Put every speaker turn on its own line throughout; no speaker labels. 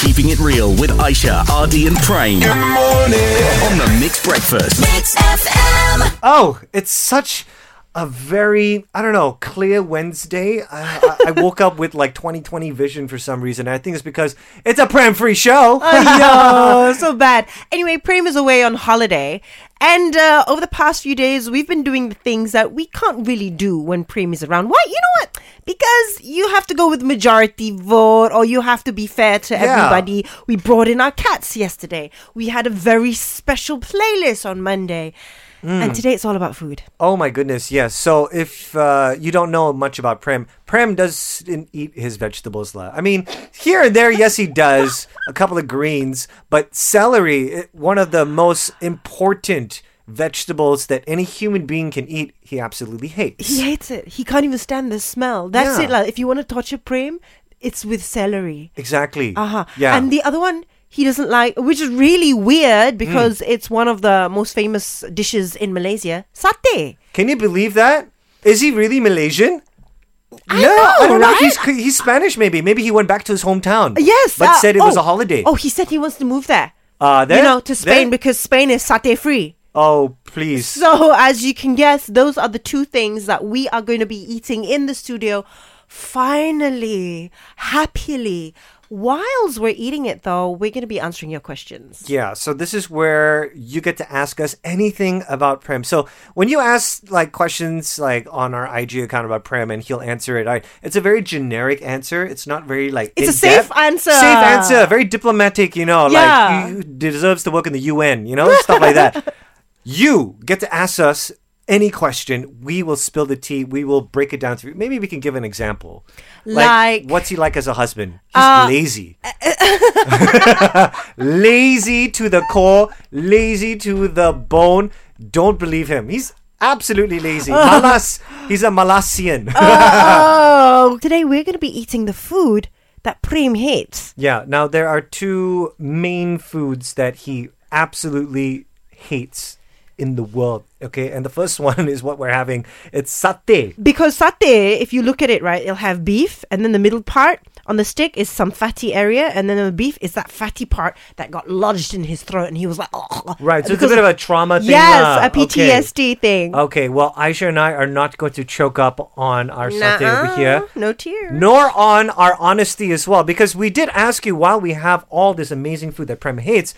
Keeping It Real with Aisha, Ardy, and Prane
Good morning.
on the Mixed Breakfast.
Mix FM.
Oh, it's such a very I don't know clear Wednesday. I, I, I woke up with like 2020 vision for some reason. I think it's because it's a pram free show.
Yo, Oh, so bad. Anyway, Prem is away on holiday. And uh, over the past few days, we've been doing the things that we can't really do when Prem is around. Why? You know what? Because you have to go with majority vote or you have to be fair to everybody. We brought in our cats yesterday. We had a very special playlist on Monday. And today it's all about food.
Oh my goodness, yes. So if uh, you don't know much about Prem, Prem does n- eat his vegetables. La. I mean, here and there, yes, he does a couple of greens, but celery, it- one of the most important vegetables that any human being can eat, he absolutely hates.
He hates it. He can't even stand the smell. That's
Yeah.
it. Like, if you want to torture Prem, it's with celery.
Exactly.
Uh-huh.
Yeah.
And the other one he doesn't like, which is really weird
Hmm.
because it's one of the most famous dishes in Malaysia, satay.
Can you believe that? Is he really Malaysian?
I
no,
know,
I don't know.
right?
He's he's Spanish, maybe. Maybe he went back to his hometown.
Yes.
but
uh,
said it was
oh,
a holiday.
Oh, he said he wants to move there.
Uh, there-
you know, to Spain
there-
because Spain is satay free.
Oh, please.
So, as you can guess, those are the two things that we are going to be eating in the studio finally, happily. Whilst we're eating it, though, we're going to be answering your questions.
Yeah, so this is where you get to ask us anything about Prem. So when you ask like questions like on our IG account about Prem and he'll answer it, I, it's a very generic answer. It's not very like
It's a
in-depth.
safe answer.
Safe answer, very diplomatic, you know,
Yeah.
like you deserves to work in the UN, you know, stuff like that. You get to ask us any question. We will spill the tea. We will break it down through. Maybe we can give an example.
Like-
what's he like as a husband? He's lazy lazy to the core, lazy to the bone. Don't believe him. He's absolutely lazy. Malas. He's a Malasian.
Oh, today we're going to be eating the food that Prem hates.
yeah. Now there are two main foods that he absolutely hates in the world. Okay, and the first one is what we're having. It's satay.
Because satay, if you look at it right, it'll have beef, and then the middle part on the stick is some fatty area, and then the beef is that fatty part that got lodged in his throat, and he was like, oh.
Right. So it's a bit of a trauma thing.
Yes,
lah.
a PTSD thing.
Okay. okay. Well, Aisha and I are not going to choke up on our satay over
Nuh-uh,
here.
No tears.
nor on our honesty as well, because we did ask you while we have all this amazing food that Prem hates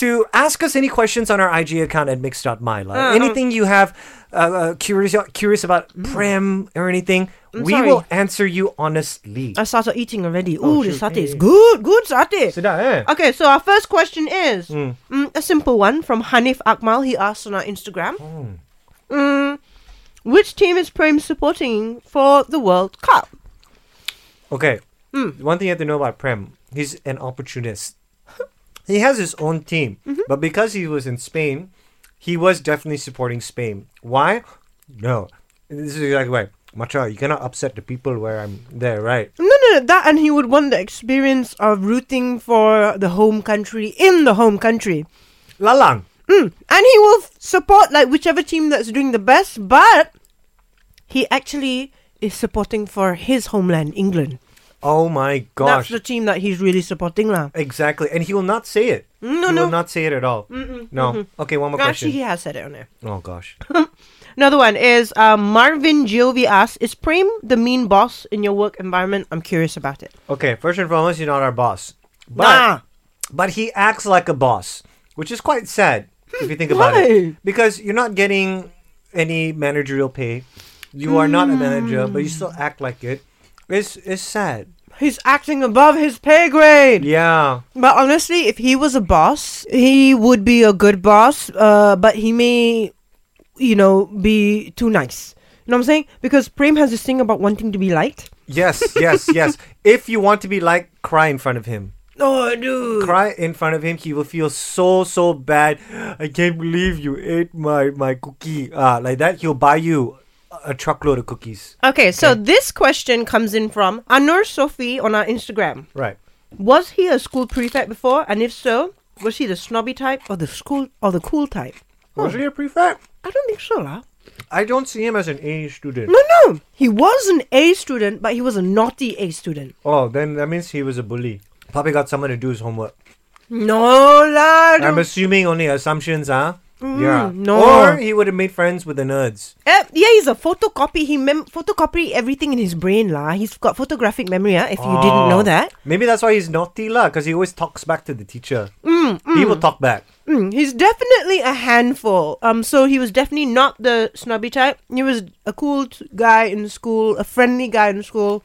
to ask us any questions on our IG account at mix.myla.
Uh-huh.
anything you have uh, uh, curious curious about Prem or anything, we
Mm. sorry. Uh,
will answer you honestly.
I started eating already.
Oh,
Ooh, the satay is good, good satay.
Sedap, eh?
Okay, so our first question is
Hmm.
mm, a simple one from Hanif Akmal. He asked on our Instagram,
Hmm.
Mm, which team is Prem supporting for the World Cup?
Okay.
Hmm.
One thing you have to know about Prem, he's an opportunist. He has his own team,
Mm-hmm.
but because he was in Spain, he was definitely supporting Spain. Why? No. This is exactly why. Macha, you cannot upset the people where I'm there, right?
No, no, no, that and he would want the experience of rooting for the home country in the home country. Hmm.
Lalang.
And he will f- support like whichever team that's doing the best, but he actually is supporting for his homeland, England.
Oh my gosh.
That's the team that he's really supporting lah.
exactly. And he will not say it. No, he
no.
will not say it at all. No. Okay, one more
Actually, he
question.
has said it on there.
Oh gosh.
Another one is uh, Marvin Giovi asks, is Prem the mean boss in your work environment? I'm curious about it.
Okay, first and foremost, you're not our boss. But
Nah.
but he acts like a boss, which is quite sad if you think about
Why?
it. Because you're not getting any managerial pay. You are not a manager, but you still act like it. It's it's sad.
He's acting above his pay grade.
Yeah.
But honestly, if he was a boss, he would be a good boss, uh, but he may, you know, be too nice. You know what I'm saying? Because Prem has this thing about wanting to be liked.
Yes, yes, yes. If you want to be like, cry in front of him.
Oh, dude.
Cry in front of him. He will feel so so bad. I can't believe you ate my my cookie. Ah, like that. He'll buy you a- a truckload of cookies.
Okay, so this question comes in from Anur Sophie on our Instagram.
Right.
Was he a school prefect before? And if so, was he the snobby type or the school or the cool type?
Was he a prefect?
I don't think so, lah.
I don't see him as an A student.
No, no. He was an A student, but he was a naughty A student.
Oh, then that means he was a bully. Probably got someone to do his homework.
No lah.
I'm
don't-
assuming only assumptions, huh? yeah.
no.
Or he would have made friends with the nerds.
Eh, yeah, he's a photocopy. He mem- photocopy everything in his brain lah. He's got photographic memory. ah, if you didn't know that,
Maybe that's why he's naughty, lah, because he always talks back to the teacher. He will talk back.
Mm, he's definitely a handful. Um, so he was definitely not the snobby type. He was a cool t- guy in school, a friendly guy in school.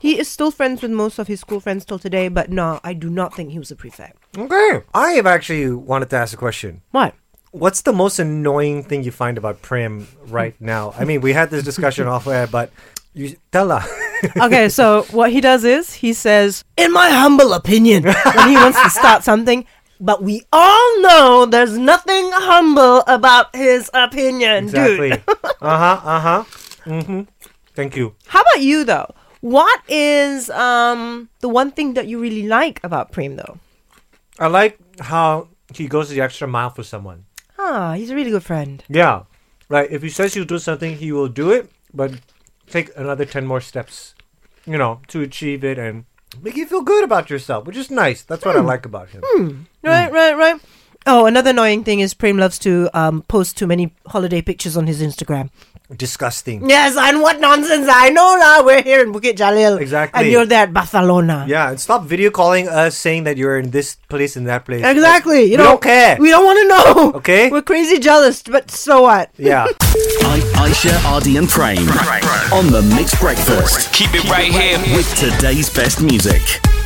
He is still friends with most of his school friends till today, but no, I do not think he was a prefect.
Okay. I have actually wanted to ask a question.
What?
What's the most annoying thing you find about Prim right now? I mean, we had this discussion off air, but you tell her.
okay, so what he does is he says, "In my humble opinion," when he wants to start something. But we all know there's nothing humble about his opinion,
exactly.
dude.
uh huh. Uh huh. Mm-hmm. Thank you.
How about you though? What is um the one thing that you really like about Prem though?
I like how he goes the extra mile for someone.
Ah, he's a really good friend.
Yeah. Like if he says he'll do something, he will do it, but take another 10 more steps, you know, to achieve it and make you feel good about yourself, which is nice. That's what I like about him. Hmm.
Right, right, right. Oh, another annoying thing is Prem loves to um, post too many holiday pictures on his Instagram.
Disgusting.
Yes, and what nonsense! I know lah. We're here in Bukit Jalil,
Exactly.
and you're there at Barcelona.
Yeah, and stop video calling us saying that you're in this place and that place.
Exactly.
We
You
don't care.
We don't want to know.
Okay?
We're crazy jealous, but so what?
yeah.
I- Aisha, Ardy, and Prane on the Mixed Breakfast
Keep it right here.
with today's best music.